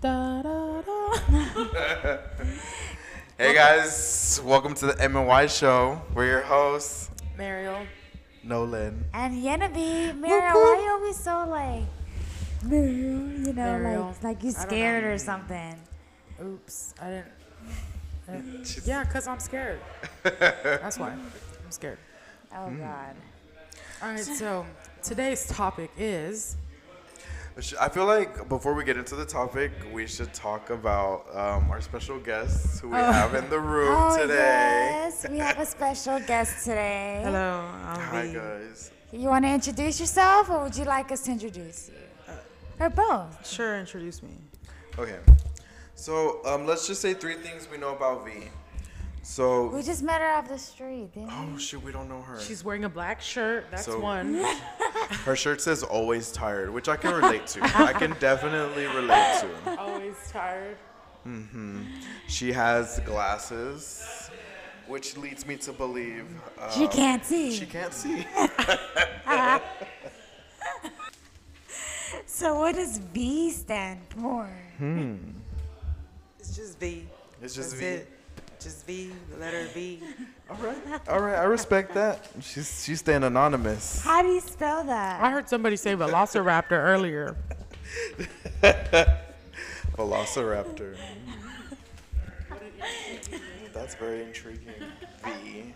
Da, da, da. Hey guys, welcome to the M and Y show. We're your hosts, Mariel. Nolan. And Yenabe, Mara, why you always so like, "Meryl," you know, Meryl. like like you I don't know. scared or something? Oops, I didn't. I didn't- Yeah, cause I'm scared. That's why I'm scared. Oh God. All right, so today's topic is Sh- I feel like before we get into the topic, we should talk about um, our special guests who we have in the room Oh today. yes, we have a special guest today. hello. um, I'm Hi Lee. guys. You want to introduce yourself, or would you like us to introduce you, or both? Sure, introduce me. Okay, so um, let's just say three things we know about V. So We just met her off the street. Didn't we? oh shoot, we don't know her. She's wearing a black shirt. That's So- one. Her shirt says "always tired," which I can relate to. I can definitely relate to. Always tired. She has glasses, which leads me to believe uh, She can't see. she can't see. so what does V stand for? It's just V. It's just That's V. It. Just V, the letter V. All right, all right. I respect that. She's she's staying anonymous. How do you spell that? I heard somebody say Velociraptor earlier. Velociraptor. That's very intriguing. V.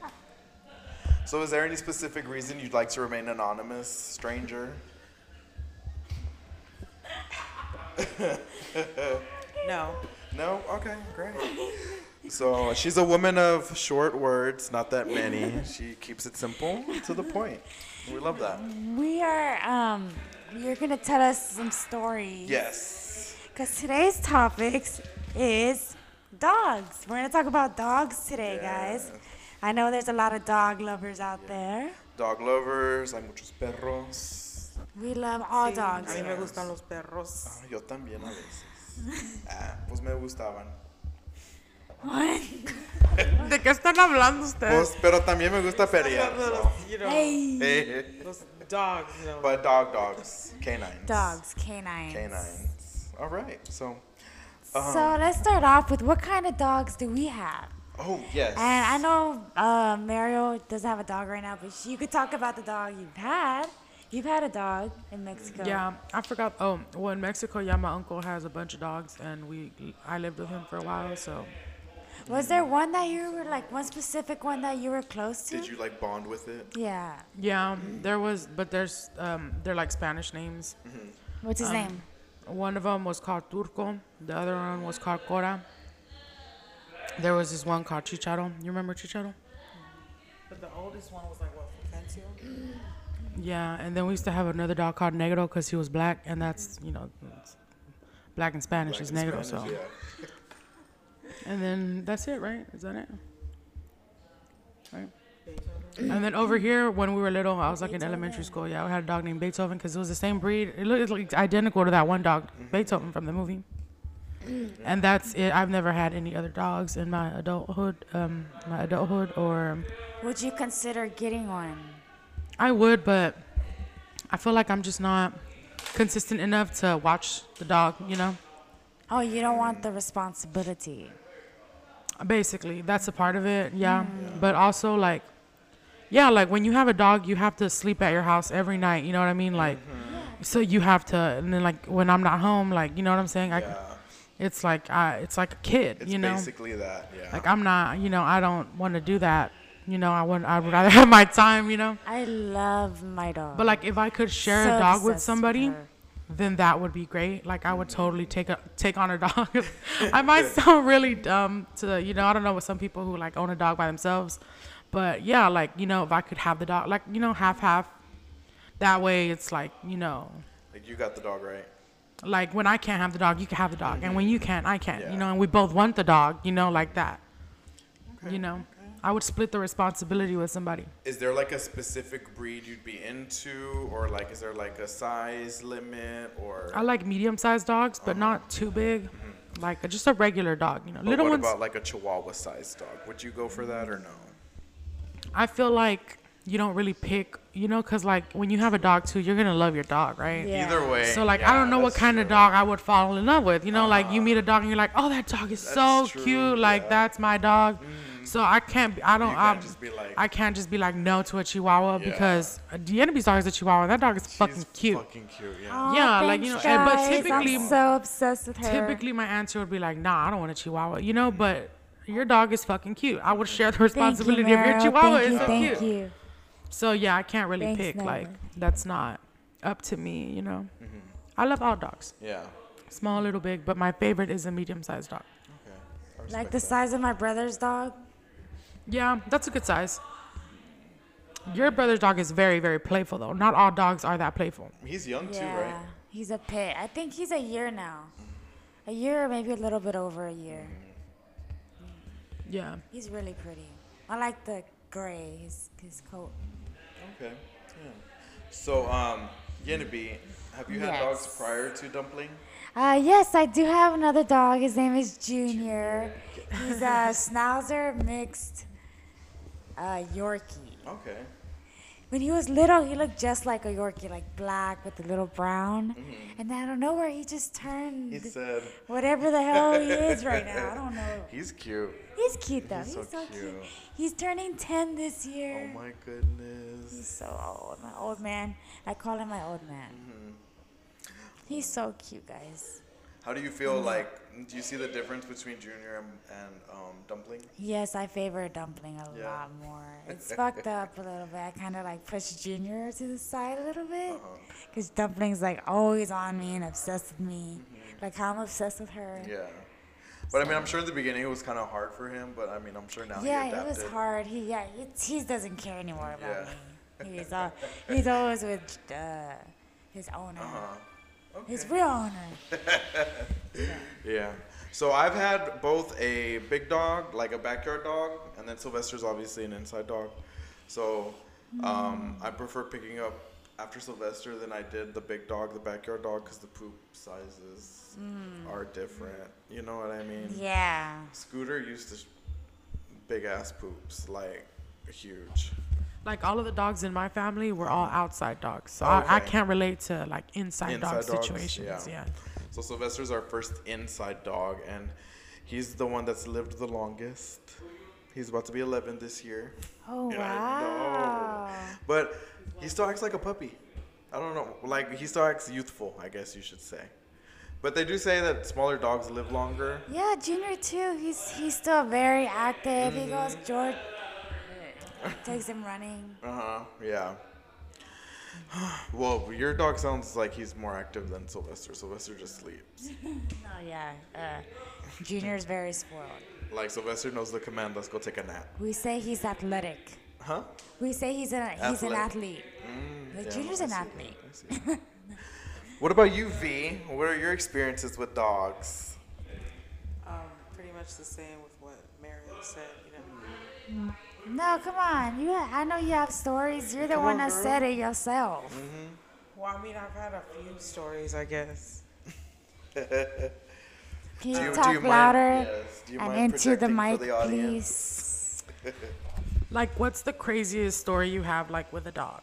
So, is there any specific reason you'd like to remain anonymous, stranger? No. No. Okay. Great. So she's a woman of short words, not that many. She keeps it simple to the point. We love that. We are. Um, you're gonna tell us some stories. Yes. Because today's topics is dogs. We're going to talk about dogs today, guys. Yes. I know there's a lot of dog lovers out there. Dog lovers, hay muchos perros. We love all dogs. A mí me gustan los perros. Ah, Yo también a veces. Ah, pues me gustaban. What? ¿De qué están hablando Ah. ustedes? Pues, pero también me gusta pelear. so. you know, Hey. Eh, los dogs, you know. but dog, dogs, canines. Dogs, canines. Canines. Uh-huh. All right. So, um, So let's start off with what kind of dogs do we have? oh yes. And I know uh, Mario doesn't have a dog right now, but you could talk about the dog you've had. You've had a dog in Mexico. Yeah, I forgot. Oh, well, in Mexico, yeah, my uncle has a bunch of dogs, and we I lived with him for a while, so Was there one that you were like, one specific one that you were close to? Did you like bond with it? yeah. yeah, there was, but there's um, they're like Spanish names. What's his name? One of them was called Turco. The other one was called Cora. There was this one called Chicharo. You remember Chicharo? But the oldest one was like, what, Fulgencio? Yeah, and then we used to have another dog called Negro because he was black, and that's you know, it's black in Spanish Like is in Negro. Spanish, so, yeah. and then that's it, right? Is that it? Right. And then over here, when we were little, I was like in elementary school. Yeah, I had a dog named Beethoven because it was the same breed. It looked like identical to that one dog, Beethoven from the movie. And that's it. I've never had any other dogs in my adulthood, um, my adulthood, or Would you consider getting one? I would, but I feel like I'm just not consistent enough to watch the dog. You know, Oh, you don't want the responsibility. basically that's a part of it. Mm. Yeah, but also like, yeah, like when you have a dog, you have to sleep at your house every night. You know what I mean? Like, Mm-hmm. so you have to, and then like when I'm not home, like you know what I'm saying? I, Yeah. It's like I, it's like a kid. It's you know, basically that. Yeah. like I'm not. You know, I don't want to do that. You know, I would. I would rather have my time. You know, I love my dog. but like if I could share So a dog obsessed with somebody. her. then that would be great. Like I would totally take a take on a dog. I might sound really dumb to you know I don't know with some people who like own a dog by themselves, but yeah, like you know if I could have the dog, like you know half half. That way it's like you know, Like, you got the dog right. like when I can't have the dog, you can have the dog, and when you can't, I can't. Yeah. You know, and we both want the dog. You know, like that. you know, I would split the responsibility with somebody. Is there like a specific breed you'd be into, or like is there like a size limit, or I like medium-sized dogs, but not too big. Like just a regular dog, you know. But Little what ones. about like a Chihuahua sized dog? Would you go for that or no? I feel like you don't really pick, you know, because like when you have a dog too, you're gonna love your dog, right? Yeah. Either way. So like I yeah, don't know what that's kind of true. Ah, dog I would fall in love with. You know, like you meet a dog and you're like, oh, that dog is so true, cute. Like yeah. Mm. that's my dog. So I can't. be- I don't. You I'm- can't just be like- I can't just be like no to a Chihuahua Yeah. because the enemy's dog is a Chihuahua. That dog is She's fucking cute. Fucking cute, yeah. Aw, Yeah, like, thanks, you know, and- but guys. typically- I'm so obsessed with her. Typically, my answer would be like, nah, I don't want a Chihuahua. You know, but your dog is fucking cute. I would share the Thank you, responsibility of your Meryl. Chihuahua. Thank it's you, so thank cute. you. So yeah, I can't really Thanks, pick. Natalie. Like that's not up to me. You know, Mm-hmm. I love all dogs, Yeah. small, little, big, but my favorite is a medium-sized dog. Okay. I Like respect the that. size of my brother's dog. Yeah, that's a good size. Your brother's dog is very, very playful though. Not all dogs are that playful. He's young too, Yeah, right? he's a pit. I think he's a year now, a year or maybe a little bit over a year. Yeah. He's really pretty. I like the gray. His his coat. Okay. Yeah. So, um, Genevieve, have you had dogs Yes. prior to Dumpling? Uh, yes, I do have another dog. His name is Junior. He's a schnauzer mixed uh, Yorkie. Okay. When he was little, he looked just like a Yorkie, like black with a little brown. Mm-hmm. And then I don't know where he just turned He said, whatever the hell he is right now. I don't know. he's cute. He's cute though. He's He's, so so cute. cute. He's turning 10 this Oh year. my He's goodness. so old. My old man. I call him my old man. Mm-hmm. He's so cute, guys. How do you feel Mm-hmm. like, do you see the difference between Junior and, and um, Dumpling? Yes, I favor dumpling a Yeah. lot more. It's fucked up a little bit. I kind of like push Junior to the side a little bit Uh-huh. because dumpling's like always on me and obsessed with me. Like how I'm obsessed with her. Mm-hmm. Yeah. But I mean, I'm sure in the beginning it was kind of hard for him, but I mean, I'm sure now he Yeah, it adapted. was hard. He yeah, he, he doesn't care anymore about Yeah. me. He's all, he's always with uh, his owner, Uh-huh. his real owner. Yeah. So I've had both a big dog, like a backyard dog, and then Sylvester's obviously an inside dog. So um, I prefer picking up after Sylvester than I did the big dog, the backyard dog, because the poop sizes are different. You know what I mean? Yeah. Scooter used to big ass poops, like huge. Like all of the dogs in my family were all outside dogs. So I, I Okay. can't relate to like inside, dog Inside dogs, situations. Yeah. yeah. So Sylvester's our first inside dog, and he's the one that's lived the longest. He's about to be 11 this year. Oh Yeah, wow. I know. But he still acts like a puppy. I don't know. Like he still acts youthful, I guess you should say. But they do say that smaller dogs live longer. Yeah, Junior too. He's he's still very active. He Mm-hmm. goes George takes him running. Uh huh. Yeah. Well, your dog sounds like he's more active than Sylvester. Sylvester just sleeps. Oh yeah. Uh, Junior's very spoiled. Like Sylvester knows the command. Let's go take a nap. We say he's athletic. Huh? We say he's an he's an Athletic. Mm, athlete. Like, Yeah, Junior's I an see. athlete. I see. what about you, V? What are your experiences with dogs? Um, pretty much the same with what Mario said, you know. No, come on. You, I know you have stories. You're the one that said it yourself. Mm. Well, I mean, I've had a few stories, I guess. Can you, Do you- do talk you mind- louder yes, do you and mind into the projecting for mic, the audience? please? Like what's the craziest story you have like with a dog?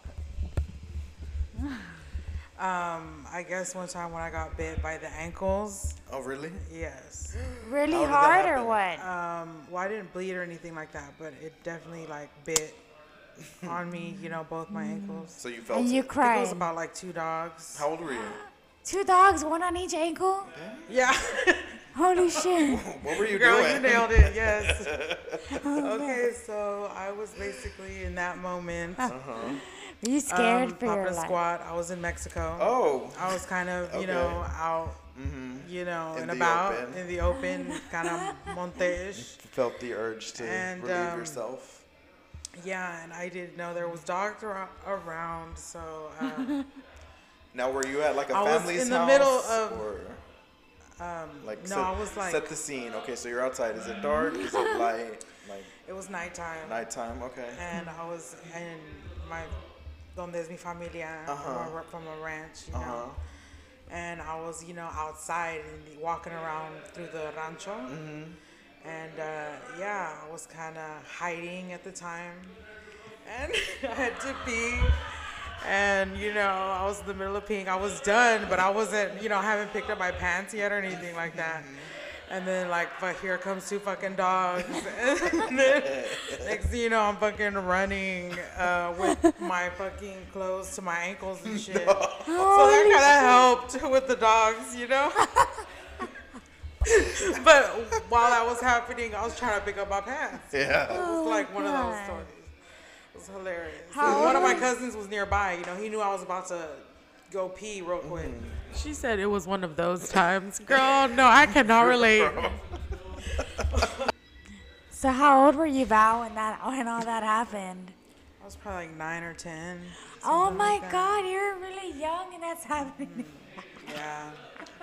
Um, I guess one time when I got bit by the ankles, Oh, really? yes. Really How did that hard or happen? what? Um, well, I didn't bleed or anything like that, but it definitely like bit on me, you know, both my ankles. So you felt and it. you It was cried. about like two dogs. Mm. How old were you? Two dogs, one on each ankle. Yeah, Holy shit! What were you Oh, girl, doing? you nailed it. Yes. okay, so I was basically in that moment Were you scared um, for your popping a life? squat. I was in Mexico. Oh, I was kind of, you Okay. Mm-hmm. know, out, you know, In and the about open. in the open, kind of monte-ish. felt the urge to And, relieve um, yourself. Yeah, and I didn't know there was dogs ar- around, so uh, Now, were you at like a I was family's in the house? middle of- um, or, like, no, set, I was like- set the scene. Okay, so you're outside. Is it dark? Is it light? Like it was nighttime, nighttime? Okay. and I was in my donde es mi familia from, a, from a ranch, you know. And I was, you know, outside and walking around through the rancho, and uh, yeah, I was kind of hiding at the time. and I had to pee. And you know, I was in the middle of peeing. I was done, but I wasn't. You know, I haven't picked up my pants yet or anything like that. And then like, but here comes two fucking dogs. and then next thing you know, I'm fucking running uh, with my fucking clothes to my ankles and shit. So that kind of helped with the dogs, you know. but while that was happening, I was trying to pick up my pants. Yeah. It Oh was like my one of those God. stories. It was hilarious. How And one old of my are you? cousins was nearby. You know, he knew I was about to go pee real quick. She said it was one of those times. Girl, no, I cannot relate. So how old were you, Val, when that when all that happened? I was probably like nine or ten. Oh something my like that. God, you're really young, and that's happening. Yeah.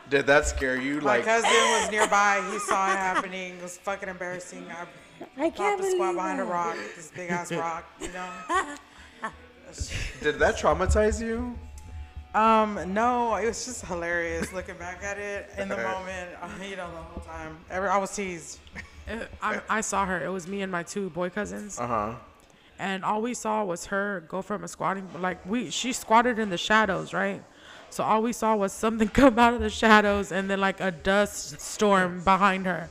Did that scare you? My Like, cousin was nearby. He saw it happening. It was fucking embarrassing. I I can't popped a believe squat behind a that. rock, this big ass rock, you know? did that traumatize you? Um, no, it was just hilarious looking back at it in the moment, uh, you know, the whole time. Every, I was teased. Uh, I, I saw her. It was me and my two boy cousins, Uh huh. and all we saw was her go from a squatting like we she squatted in the shadows, right? So all we saw was something come out of the shadows, and then like a dust storm behind her.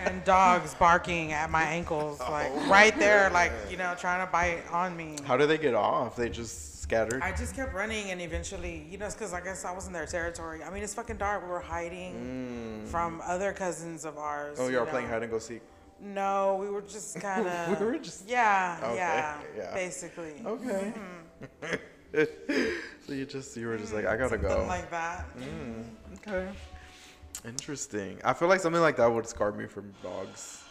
and dogs barking at my ankles, Oh, like right there, like you know, trying to bite on me. How did they get off? They just scattered. I just kept running, and eventually, you know, it's because I guess I was in their territory. I mean, it's fucking dark. We were hiding from other cousins of ours. Mm. oh, you are know. playing hide and go seek. No, we were just kind of. We were just- Yeah, Okay, yeah, yeah. Basically, Okay. so you just you were just like I gotta go. Mm, something like that. okay. Interesting. I feel like something like that would scar me from dogs.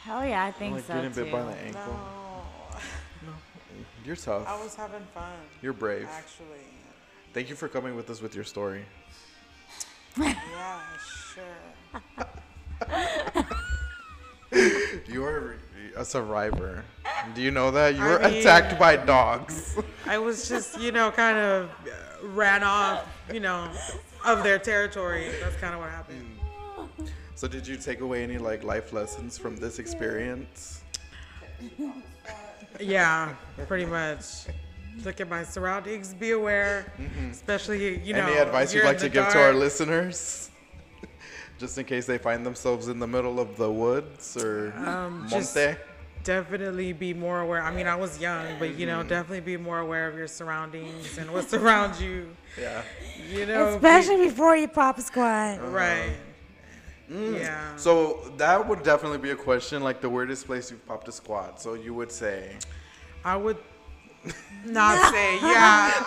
Hell yeah, I think like so getting too. bit by the ankle. No, You're tough. I was having fun. You're brave. Actually, Thank you for coming with us with your story. yeah, sure. You are a survivor. Do you know that? You I were mean- attacked by dogs. I was just, you know, kind of uh, ran off, you know, of their territory. That's kind of what happened. So did you take away any like life lessons from this experience? Yeah, pretty much. Look at my surroundings. Be aware, especially you know. Mm-hmm. any advice you'd you're in like to the give to our dark. listeners? Just in case they find themselves in the middle of the woods or monte. Um, just- Definitely be more aware. I mean, I was young, but you Mm-hmm. know, definitely be more aware of your surroundings and what surrounds you. yeah. You know, be- Especially before you pop a squat. Oh, right. Mm. Yeah. So that would definitely be a question, like the weirdest place you've popped a squat. So you would say, I would not say. Yeah,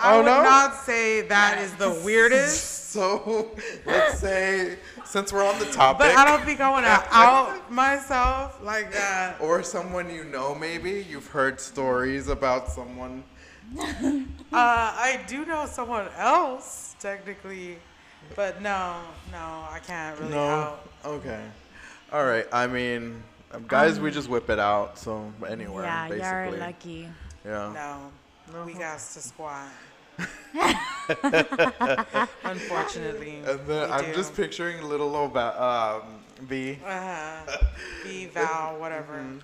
I Oh, would no? not say that is the weirdest. so let's say since we're on the topic, But I don't think I want to out myself like that. or someone you know, maybe you've heard stories about someone. Uh, I do know someone else technically, but no, no, I can't really out. Okay. All right. I mean, um, guys, we just whip it out. So anywhere, Yeah, basically. you're lucky. Yeah. No, we got to squat. Unfortunately, And then we I'm do. just picturing little old Va- um, V. uh-huh. B vowel whatever. Mm-hmm.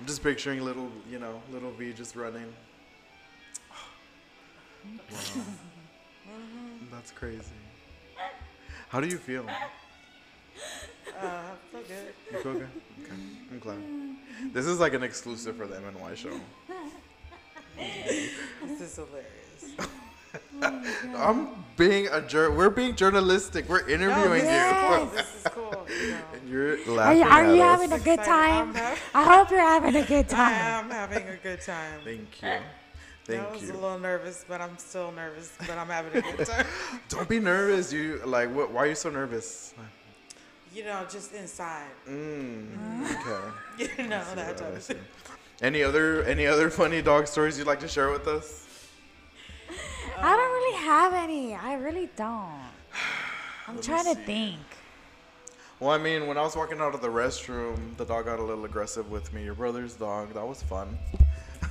I'm just picturing little, you know, little V just running. Wow. That's crazy. How do you feel? Uh, so good. You feel good? Okay. I'm glad. This is like an exclusive for the MNY show. This is hilarious. I'm being a jur. We're being journalistic. We're No, interviewing this, you. is cool. this is cool. You know. And you're Are laughing you, are at you us. having a good Excited. time? I'm happy. I hope you're having a good I time. am having a good time. Thank you. I was Thank a you. little nervous, but I'm still nervous, but I'm having a good time. Don't be nervous. You like what? Why are you so nervous? you know, just inside. Mm, okay. You know, that Yeah, type I of see. thing. Any other any other funny dog stories you'd like to share with us? I don't really have any. I really don't. I'm me trying to see. think. Well, I mean, when I was walking out of the restroom, the dog got a little aggressive with me. Your brother's dog. That was fun.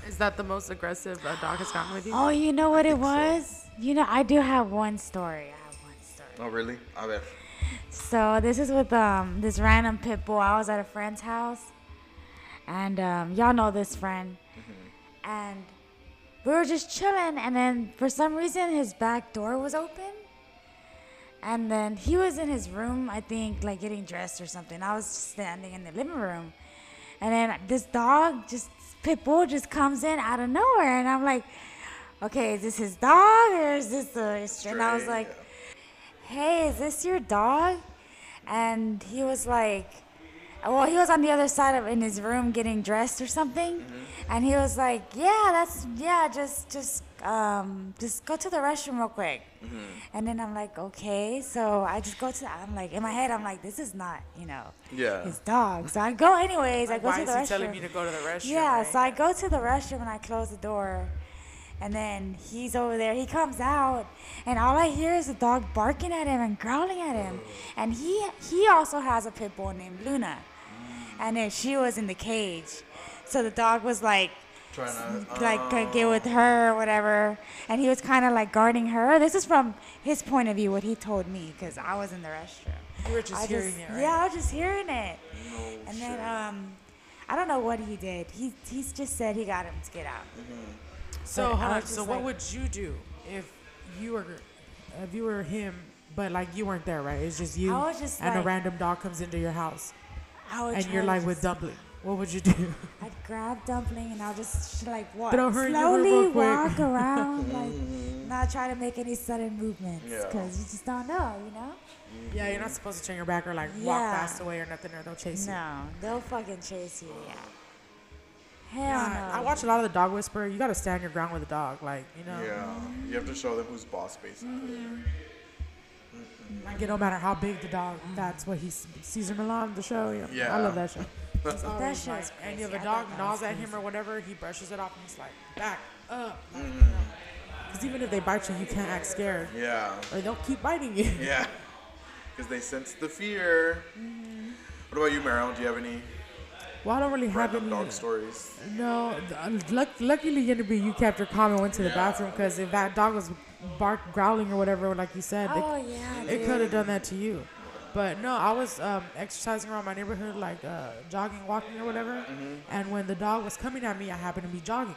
Is that the most aggressive a dog has gotten with you? Oh, you know what it think so. was? You know, I do have one story. I have one story. Oh, really? I bet. So this is with um this random pit bull. I was at a friend's house, and um, y'all know this friend, and we were just chilling. And then for some reason, his back door was open. And then he was in his room, I think, like getting dressed or something. I was just standing in the living room. And then this dog, just pit bull, just comes in out of nowhere. And I'm like, okay, is this his dog or is this a. and I was Stray, like, yeah. hey, is this your dog? And he was like, well, he was on the other side of in his room getting dressed or something, Mm-hmm. and he was like, yeah, that's yeah, just just um just go to the restroom real quick. Mm-hmm. And then I'm like, okay, so I just go to the, I'm like in my head I'm like, this is not you know Yeah. his dog, so I go anyways. I go Why to is the he restroom. telling me to go to the restroom? Yeah, right? so I go to the restroom and I close the door. And then he's over there. He comes out, and all I hear is the dog barking at him and growling at him. And he he also has a pit bull named Luna, and then she was in the cage, so the dog was like Trying to. like to get with her or whatever. And he was kind of like guarding her. This is from his point of view, what he told me, because I was in the restroom. You were just I hearing just- it, right? Yeah, I was just hearing it. No and shit. then um, I don't know what he did. He he's just said he got him to get out. So But I hold on. was So just what like- would you do if you were if you were him, but like you weren't there, right? It's just you I was just and a like- random dog comes into your house I would and try you're to like just- with dumpling. What would you do? I'd grab dumpling and I'll just sh- like walk Throw her in the room slowly real quick. walk around, like not try to make any sudden movements Yeah. because you just don't know, you know. yeah, you're not supposed to turn your back or like walk Yeah. fast away or nothing, or they'll chase you. No, they'll fucking chase you. Yeah. Hell Yeah, no. I watch a lot of the Dog Whisperer. You gotta stand your ground with a dog, like you know. Yeah. You have to show them who's boss, basically. Like it don't matter how big the dog. That's what he's Caesar Milan, the show. Yeah, Yeah. I love that show. It's That always show like, is and crazy. if I a dog thought that gnaws was at him or whatever, he brushes it off and he's like, back up. Because Mm-hmm. even if they bite you, you can't act scared, Yeah. or they'll keep biting you. Yeah. Because they sense the fear. What about you, Meryl? Do you have any Well, Mm-hmm. I don't really have random any. dog stories? No, th- um, luck, luckily, Yennerbee, you kept your calm and went to the Yeah. bathroom because if that dog was bark growling or whatever, like you said, it- Oh yeah, It dude. could have done that to you. But no, I was um, exercising around my neighborhood, like uh, jogging, walking, or whatever. Mm-hmm. And when the dog was coming at me, I happened to be jogging.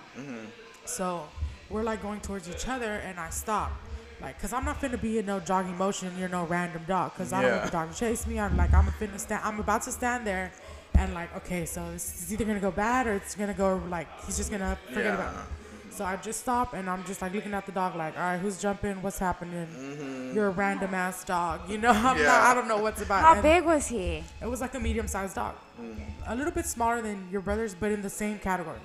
So we're like going towards each other, and I stopped. Like, cause I'm not finna be in no jogging motion. You're no random dog. Cause I don't want Yeah. the dog to chase me. I'm like, I'm finna stand. I'm about to stand there, and like, okay, so this is either gonna go bad or it's gonna go like he's just gonna forget about Yeah. me. So I just stop and I'm just like looking at the dog, like, all right, who's jumping? What's happening? You're a random ass dog, you know? I'm not, Yeah. I don't know what's about. How And big was he? It was like a medium sized dog, a little bit smaller than your brothers, but in the same category.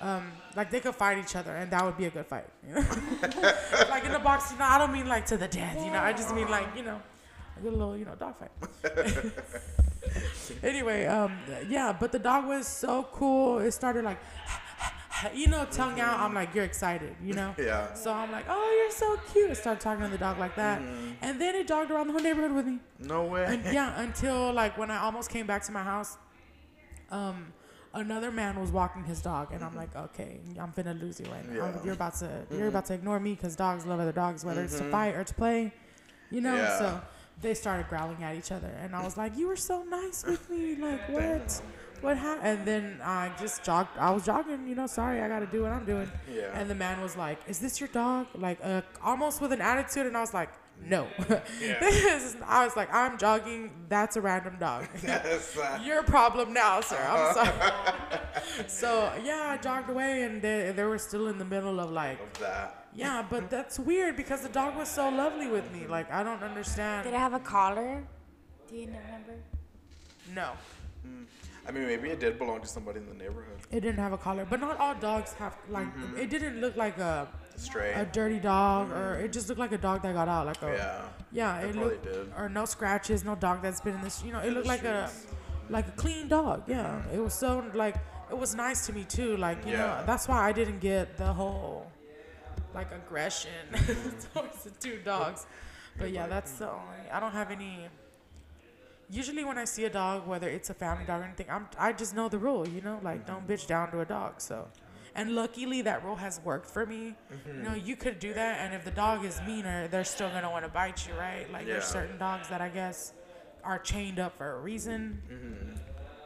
Um, like they could fight each other, and that would be a good fight. you know? like in the box, you know. I don't mean like to the death, you know. I just mean like you know, a good little you know dog fight. anyway, um, yeah, but the dog was so cool. It started like, you know, tongue out. I'm like, you're excited, you know. Yeah. So I'm like, oh, you're so cute. I started talking to the dog like that, and then it dogged around the whole neighborhood with me. No way. And yeah, until like when I almost came back to my house, um, another man was walking his dog, and I'm like, okay, I'm finna lose you right now. I'm- Yeah. Mm-hmm. You're about to you're about to ignore me because dogs love other dogs, whether it's to fight or to play, you know. Yeah. So they started growling at each other, and I was like, you were so nice with me, like what? What happened? And then I just jogged. I was jogging, you know. Sorry, I got to do what I'm doing. Yeah. And the man was like, "Is this your dog?" Like, uh, almost with an attitude, and I was like, "No." Yeah. This is- I was like, I'm jogging. That's a random dog. That's, uh, Your problem now, sir. I'm sorry. so yeah, I jogged away, and they, they were still in the middle of like, that. yeah, but that's weird because the dog was so lovely with me. Like I don't understand. Did it have a collar? Do you remember? no, I mean, maybe it did belong to somebody in the neighborhood. it didn't have a collar. But not all dogs have like. Mm-hmm. It didn't look like a Stray. a dirty dog, or it just looked like a dog that got out. Like a yeah. Yeah, It it probably looked did. or no scratches, no dog that's been in this. You know, it the Mm-hmm. looked like a like a clean dog. Yeah, it was so like it was nice to me too. Like you Yeah. know, that's why I didn't get the whole like aggression towards the two dogs. But yeah, that's the only. I don't have any. Usually, when I see a dog, whether it's a family dog or anything, I'm I just know the rule. You know, like don't bitch down to a dog. So. And luckily, that rule has worked for me. Mm-hmm. You know, you could do that, and if the dog is meaner, they're still gonna want to bite you, right? Like Yeah. Mm-hmm. there's certain dogs that I guess are chained up for a reason.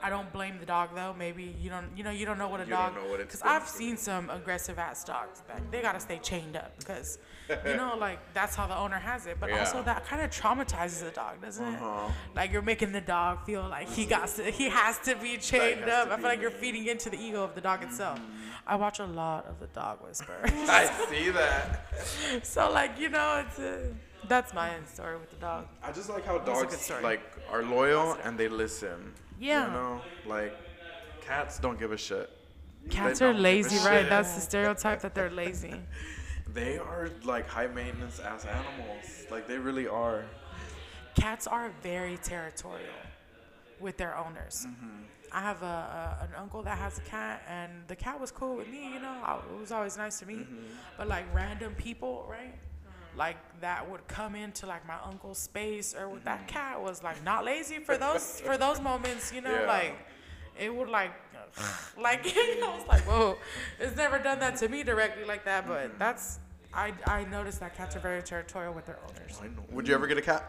I don't blame the dog though. Maybe you don't you know you don't know what a You dog don't know what it's because been I've through. seen some aggressive ass dogs that they gotta stay chained up because you know like that's how the owner has it. But Yeah. also that kind of traumatizes the dog, doesn't Uh-huh. it? Like you're making the dog feel like he got to, he has to be chained has up. to I be- Mm-hmm. feel like you're feeding into the ego of the dog itself. I watch a lot of the Dog Whisperer. I see that. So like you know, it's uh that's my end story with the dog. I just like how That's a good dogs story. like are loyal and they listen. Yeah. You know, like cats don't give a shit. Cats They are don't give a lazy, right? shit. That's the stereotype that they're lazy. They are like high maintenance ass animals. Like they really are. Cats are very territorial with their owners. I have a, a an uncle that has a cat, and the cat was cool with me. You know, I, it was always nice to me. But like random people, right? Like that would come into like my uncle's space, or with that cat was like not lazy for those for those moments. You know, Yeah. like it would like like I was like, whoa, it's never done that to me directly like that. But that's I I noticed that cats are very territorial with their owners. I know. Would you ever get a cat?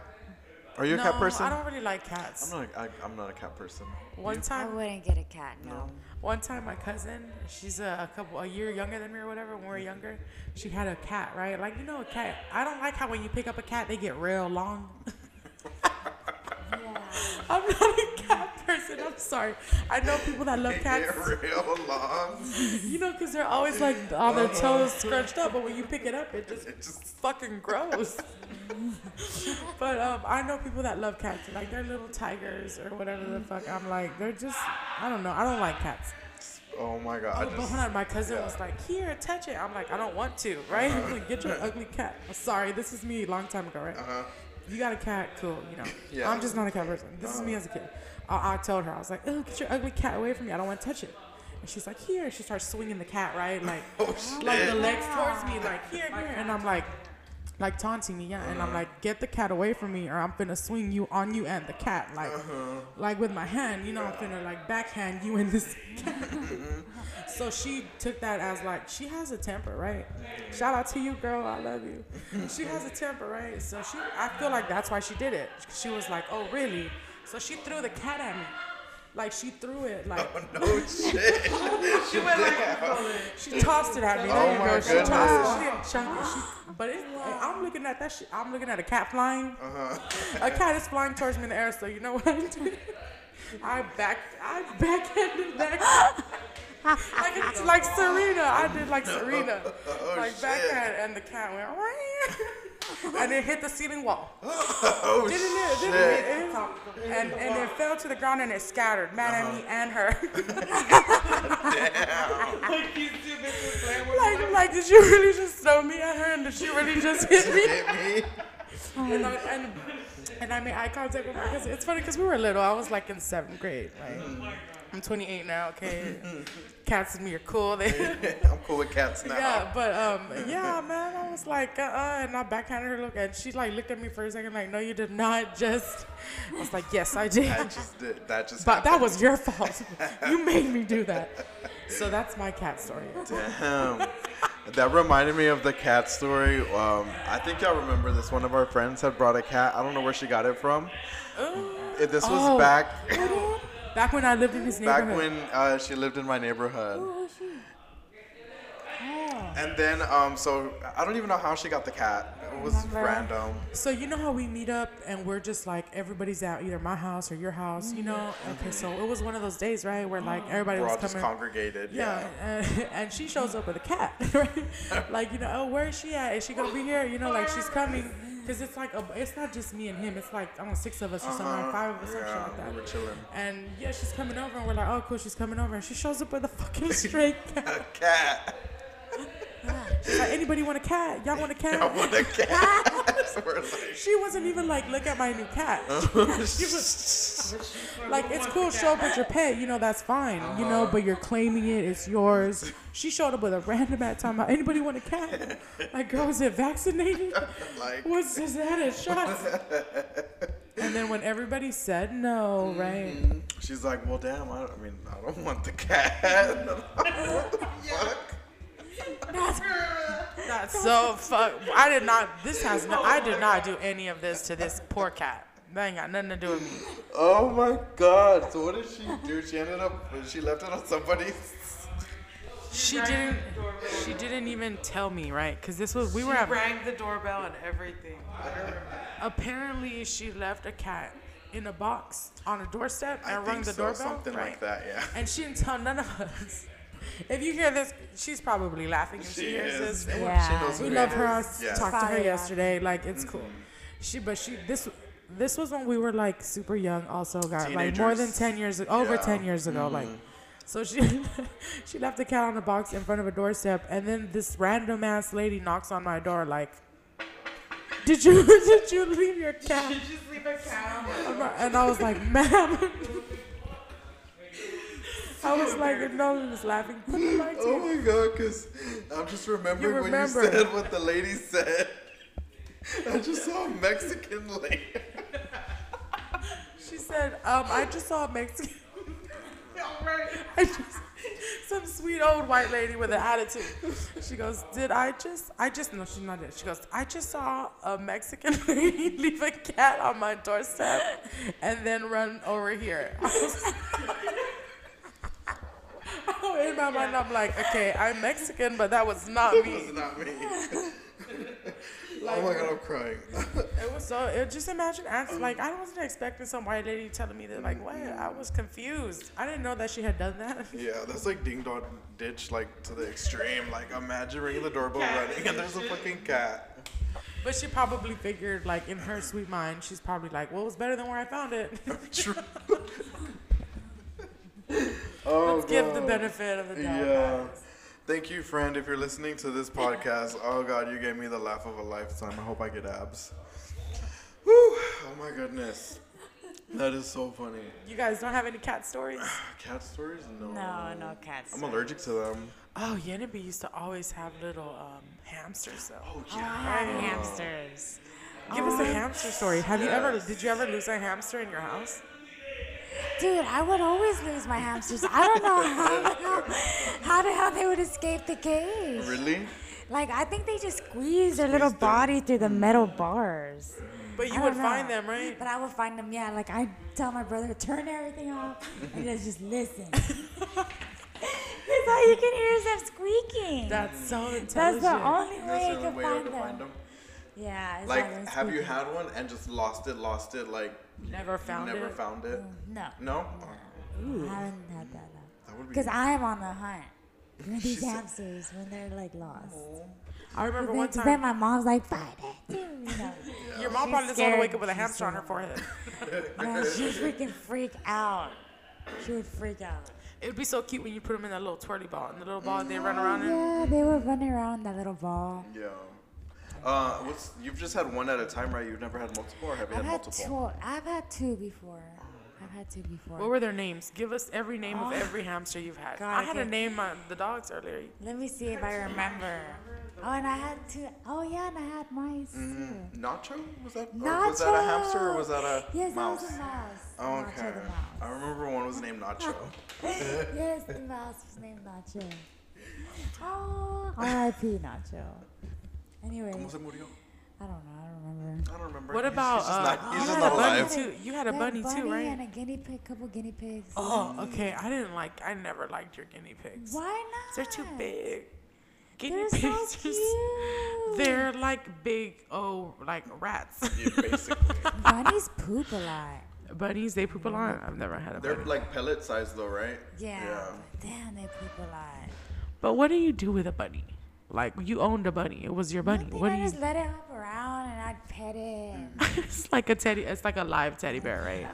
Are you a no, cat person? I don't really like cats. I'm not. A, I, I'm not a cat person. One I time, wouldn't get a cat, no. one time, my cousin, she's a, a couple, a year younger than me or whatever. When we Mm-hmm. were younger, she had a cat, right? Like you know, a cat. I don't like how when you pick up a cat, they get real long. I'm not a cat person. I'm sorry. I know people that love They cats. get real long. You know, because they're always like all their toes scrunched up, but when you pick it up, it just It just fucking grows. but um, I know people that love cats, like they're little tigers or whatever the fuck. I'm like, they're just, I don't know, I don't like cats. Oh my god. I Oh, but just- hold on, my cousin yeah. was like, here, touch it. I'm like, I don't want to, right? Like, Get your ugly cat. I'm sorry, this is me a long time ago, right? Uh-huh. You got a cat, cool, you know. Yeah. I'm just not a cat person. This is me as a kid. I, I told her, I was like, oh, get your ugly cat away from me. I don't want to touch it. And she's like, here. She starts swinging the cat, right? Like, Oh shit. like the legs towards me, like here, here, and I'm like, like taunting me, yeah, and Uh-huh. I'm like, get the cat away from me, or I'm finna swing you on you and the cat, like, Uh-huh. like with my hand, you know, I'm finna like backhand you and this. cat. so she took that as like she has a temper, right? Shout out to you, girl, I love you. She has a temper, right? So she, I feel like that's why she did it. She was like, oh really? So she threw the cat at me, like she threw it, like Oh, No shit. she went like, she tossed it at me. There Oh you my go. She tossed it. goodness. She didn't chunk it. She- but it, I'm looking at that shit. I'm looking at a cat flying. uh, A cat is flying towards me in the air. So you know what I did? I back, I backhanded that. like it's like Serena. I did like Serena, Oh, like shit. backhand, and the cat went. "Wah." And it hit the ceiling wall. Oh Didn't it? shit. Didn't it? It- And, and it fell to the ground and it scattered, mad at Uh-huh. me and her. Damn. Did Like, I'm like, did you really just throw me at her and did she really just hit you me? hit me? And I, and, and I made eye contact with her. Cause it's funny because we were little. I was like in seventh grade. Like, I'm 28 now, okay? Cats and me are cool. They, I'm cool with cats now. yeah, but um, yeah, man, I was like, uh, uh and I backhanded her look, and she like looked at me for a second, like, no, you did not just. I was like, yes, I did. That just did. That just. But that happened. was your fault. You made me do that. So that's my cat story. Damn. That reminded me of the cat story. Um, I think y'all remember this. One of our friends had brought a cat. I don't know where she got it from. It- This was Oh. back Back when I lived in his neighborhood. back when uh, she lived in my neighborhood. Oh, And then, um, so I don't even know how she got the cat. It was random. So you know how we meet up and we're just like everybody's at either my house or your house, you know? Okay, so it was one of those days, right, where like everybody We're all was just coming. congregated. yeah, Yeah. and, and she shows up with a cat, right? like you know, oh, where is she at? Is she gonna be here? You know, like she's coming, cause it's like a, it's not just me and him. It's like I don't know, six of us or something, Uh-huh. like five of us or Yeah, something like that. we were chilling. And yeah, she's coming over, and we're like, oh, cool, she's coming over, and she shows up with a fucking stray cat. A cat. She's like, anybody want a cat? Y'all want a cat? I want a cat. We're like, She wasn't even like, look at my new cat. she was like, it's cool, show up with your pet, you know, that's fine, you know, but you're claiming it, it's yours. She showed up with a random at time. Anybody want a cat? Like, girl, is it vaccinated? Like- was is that a shot? and then when everybody said no, right? she's like, well, damn. I, don't, I mean, I don't want the cat. what the fuck? That's so fuck. I did not. This has. No, I did not do any of this to this poor cat. That ain't got nothing to do with me. Oh my god. So what did she do? She ended up she left it on somebody's She didn't. She didn't even tell me, right? Because this was we were She at. rang the doorbell and everything. Apparently, she left a cat in a box on a doorstep I and think rung the so, doorbell. something like right? that, yeah. And she didn't tell none of us. If you hear this, she's probably laughing. If she, She hears is. this. Yeah. She knows We who love it her. I is. s- Yeah. Mm-hmm. talked to her Fire. yesterday. Like it's cool. She, but she this this was when we were like super young. Also, got like more than Teenagers. ten years over Yeah. Mm-hmm. ten years ago. Like, so she she left the cat on a box in front of a doorstep, and then this random ass lady knocks on my door. Like, did you did you leave your cat? Did you just leave a cat on the I'm not- And I was like, ma'am. I was like, Nolan was laughing. Put the lights Oh on. my god, because I'm just remembering You when remember. you said what the lady said. I just saw a Mexican lady. She said, um, I just saw a Mexican. I just, some sweet old white lady with an attitude. She goes, Did I just? I just, no, she's not it. She goes, I just saw a Mexican lady leave a cat on my doorstep and then run over here. I was- Oh, in my mind, I'm like, okay, I'm Mexican, but that was not That me. was not me. oh my god, I'm crying. It was so. It, just imagine asking. Like I wasn't expecting some white lady telling me that. Like what? I was confused. I didn't know that she had done that. yeah, that's like ding dong ditch, like to the extreme. Like imagine ringing the doorbell, running, and there's a fucking cat. But she probably figured, like in her sweet mind, she's probably like, well, it was better than where I found it. True. oh, Let's give the God. benefit of the doubt. Yeah. Thank you, friend, if you're listening to this podcast. Oh, God, you gave me the laugh of a lifetime. I hope I get abs. Whew. Oh, my goodness. That is so funny. You guys don't have any cat stories? Cat stories? No. No, no cats. I'm allergic to them. Oh, Yenabe used to always have little um, hamsters. Though. Oh, I yeah. have hamsters. Give us a hamster story. Have you ever? Did you ever lose a hamster in your house? Dude, I would always lose my hamsters. I don't know how the hell, how the hell they would escape the cage. Really? Like I think they just squeeze their little body through the metal bars. But you I would don't find know. them, right? But I would find them, yeah. Like I tell my brother, turn everything off and let's just listen. That's all you can hear is them squeaking. That's so intelligent. That's the only way That's you the can only way I find could them. find them. Yeah. It's all them Like, have you squeaking. had one and just lost it, lost it, like, Never found never it. found it? No, No? Oh, I haven't had that. though. that would be. Cause I am on the hunt with these said- hamsters when they're like lost. I remember one Because then time my mom's like, find it too. You know? your mom probably just wanted to scared. wake up with a She's hamster on her scared. forehead. No, she would freaking freak out. She would freak out. It'd be so cute when you put them in that little twirly ball, and the little ball they run around in. Yeah, they were running around that little ball. Oh, yeah. Uh, what's, you've just had one at a time, right? You've never had multiple, or have you I've had had multiple? two. I've had two before. I've had two before. What were their names? Give us every name of every hamster you've had. God, I I had to can't- name my, the dogs earlier. Let me see if I remember. Oh, and I had two. Oh yeah, and I had mice Mm-hmm. too. Nacho? Was that? Or Nacho. was that a hamster or was that a yes, mouse? that was a mouse. Oh, Nacho okay. the mouse. I remember one was named Nacho. yes, the mouse was named Nacho. Oh, R.I.P. Nacho. Anyway, I ¿Cómo don't se murió? know. I don't remember. I don't remember. What He's- about He's just uh, not, you he's just had not a bunny alive. too? You had a That bunny, too, And right? a guinea pig, couple guinea pigs. Oh, okay. I didn't like. I never liked your guinea pigs. Why not? They're too big. Guinea They're so pigs. cute. are- They're like big, oh, like rats. Yeah, basically. bunnies poop a lot. Bunnies, they poop a lot. I've never had a They're bunny. like pellet sized though, right? Yeah. but Damn, they poop a lot. But what do you do with a bunny? Like you owned a bunny. It was your bunny. Nothing, What do I you? just let it hop around and I'd pet it it's like a teddy. It's like a live teddy bear, right?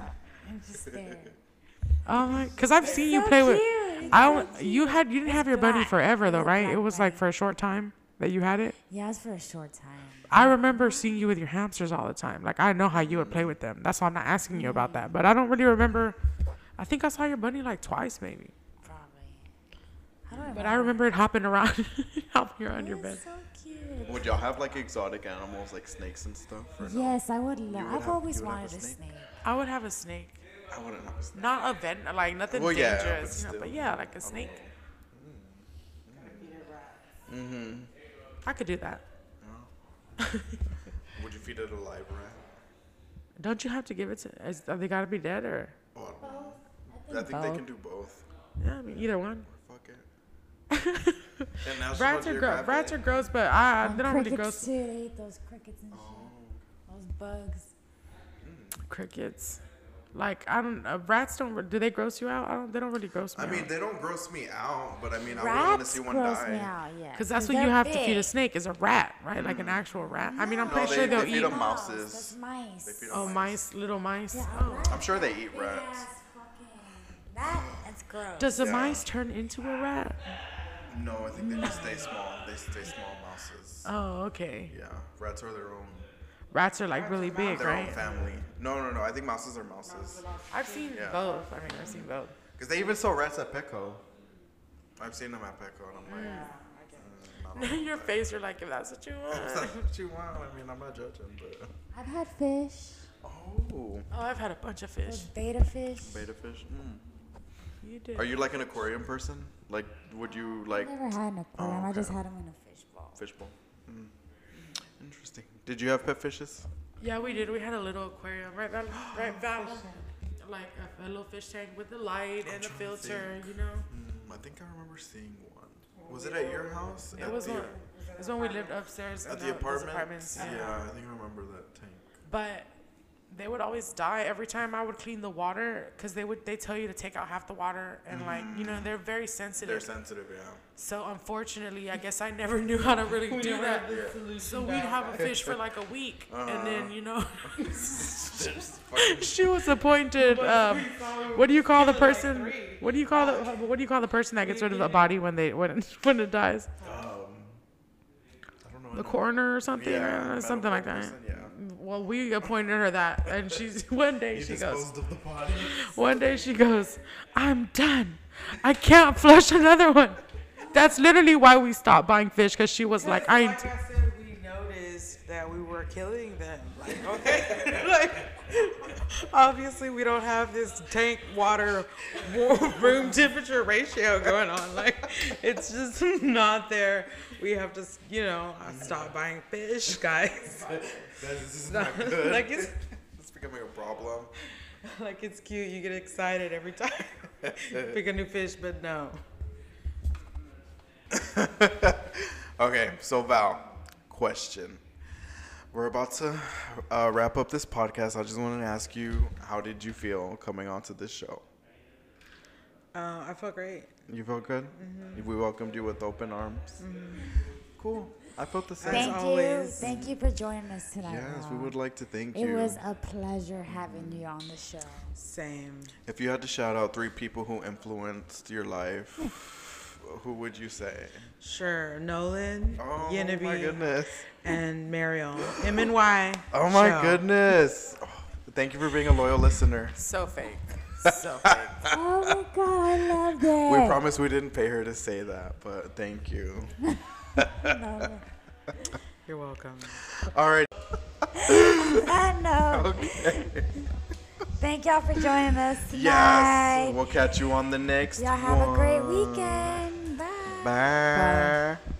and just stare. Oh my! Because I've seen you so play with. cute. It's I so don't- you had you didn't have your bunny black. forever though, It's right? black It was like for a short time that you had it. Yeah, it's for a short time. I remember seeing you with your hamsters all the time. Like I know how you would play with them. That's why I'm not asking you about that. But I don't really remember. I think I saw your bunny like twice maybe. Probably. I don't But I remember it hopping around, hopping around your bed. It's so cute. Would y'all have like exotic animals like snakes and stuff? Or no? Yes, I would would love. I've have- always you would have wanted a a snake? snake. I would have a snake, I wouldn't have a snake. not a ven, like nothing Well, yeah, but dangerous, you know, but still. yeah, like a snake. I could do that. Would you feed it a live rat? Don't you have to give it to? Is, are they gotta be dead or? Oh, I think they both. can do both. Yeah, I mean either one. Fuck it. and national Rats are gross. Geographic. Rats are gross, but I And they don't really gross. crickets too. They eat those crickets and Oh. shit. Those bugs. Crickets. Like I don't. Uh, rats don't. re- Do they gross you out? I don't. They don't really gross me I out. mean, they don't gross me out, but I mean, I wouldn't want to Rats see one gross die. me out. Yeah. Because that's what you they're have to feed big. a snake is a rat, right? Like an actual rat. I mean, I'm pretty they- sure they they'll feed eat. them- Mouse, Mouses. That's mice. They feed on Oh, mice, little mice. Yeah, a Oh. rat I'm sure they eat big rats. ass fucking- That, that's gross. Does a Yeah. mice turn into a rat? No, I think they just stay small. They stay small mouses. Oh, okay. Yeah, rats are their own, Rats are like really big, their own right? family. No, no, no. I think mouses are mouses. I've seen Yeah. both. I mean, I've seen both. Because they even sell rats at Petco. I've seen them at Petco, and I'm like, mm, I don't know Your about face, you're like, if that's what you that. want. what you want? I mean, I'm not judging, but I've had fish. oh, Oh, I've had a bunch of fish. Those beta fish. beta fish. Mm. Oh, You did. Are you like an aquarium person? Like, would you like I've never had an aquarium. I Oh, okay. just had them in a fish bowl. fishbowl? Mm. Interesting. Did you have pet fishes? Yeah, we did. We had a little aquarium, right, Val? Right, Val? Like a, a little fish tank with the light and the trying to filter, you know. Mm, I think I remember seeing one. Was it at your house? It At was the- when, it was when we lived upstairs in At the those apartment? apartments. Yeah. I think I remember that tank. but they would always die every time I would clean the water because they would they tell you to take out half the water and like you know they're very sensitive. They're sensitive, yeah. so unfortunately, I guess I never knew how to really do that. So we'd have a fish for like a week and then you know she was appointed. Um, what do you call the person? What do you call the What do you call the person that gets rid of a body when they when when it dies? I don't know. The coroner or something, Yeah, or uh, something like that. medical person, Well, we appointed her that, and she's one day she goes. of the body. One day she goes, I'm done. I can't flush another one. That's literally why we stopped buying fish because she was like, I ain't. like I said, we noticed that we were killing them. Like, okay, like obviously we don't have this tank water warm room temperature ratio going on. Like, it's just not there. We have to, s- you know, stop buying fish, guys. This is not good. like it's it's becoming a problem. like it's cute. You get excited every time you pick a new fish, but no. Okay, so Val, question. We're about to uh, wrap up this podcast. I just wanted to ask you, how did you feel coming onto this show? Uh, I felt great. You felt good? Mm-hmm. We welcomed you with open arms. Cool. I felt the same. Thank you. always. Thank you for joining us tonight. Yes, we Ron. would like to thank It you. was a pleasure having you on the show. Same. If you had to shout out three people who influenced your life, who would you say? Sure. Nolan, Oh my Genevieve, goodness. and Mariel. M and Y. Oh my show. goodness. Oh, thank you for being a loyal listener. So fake. So fake. oh my god, I loved it. We promise we didn't pay her to say that, but thank you. You're welcome. All right. I know. Thank y'all for joining us tonight. Yes. We'll catch you on the next Y'all have a great one. weekend. Bye. Bye.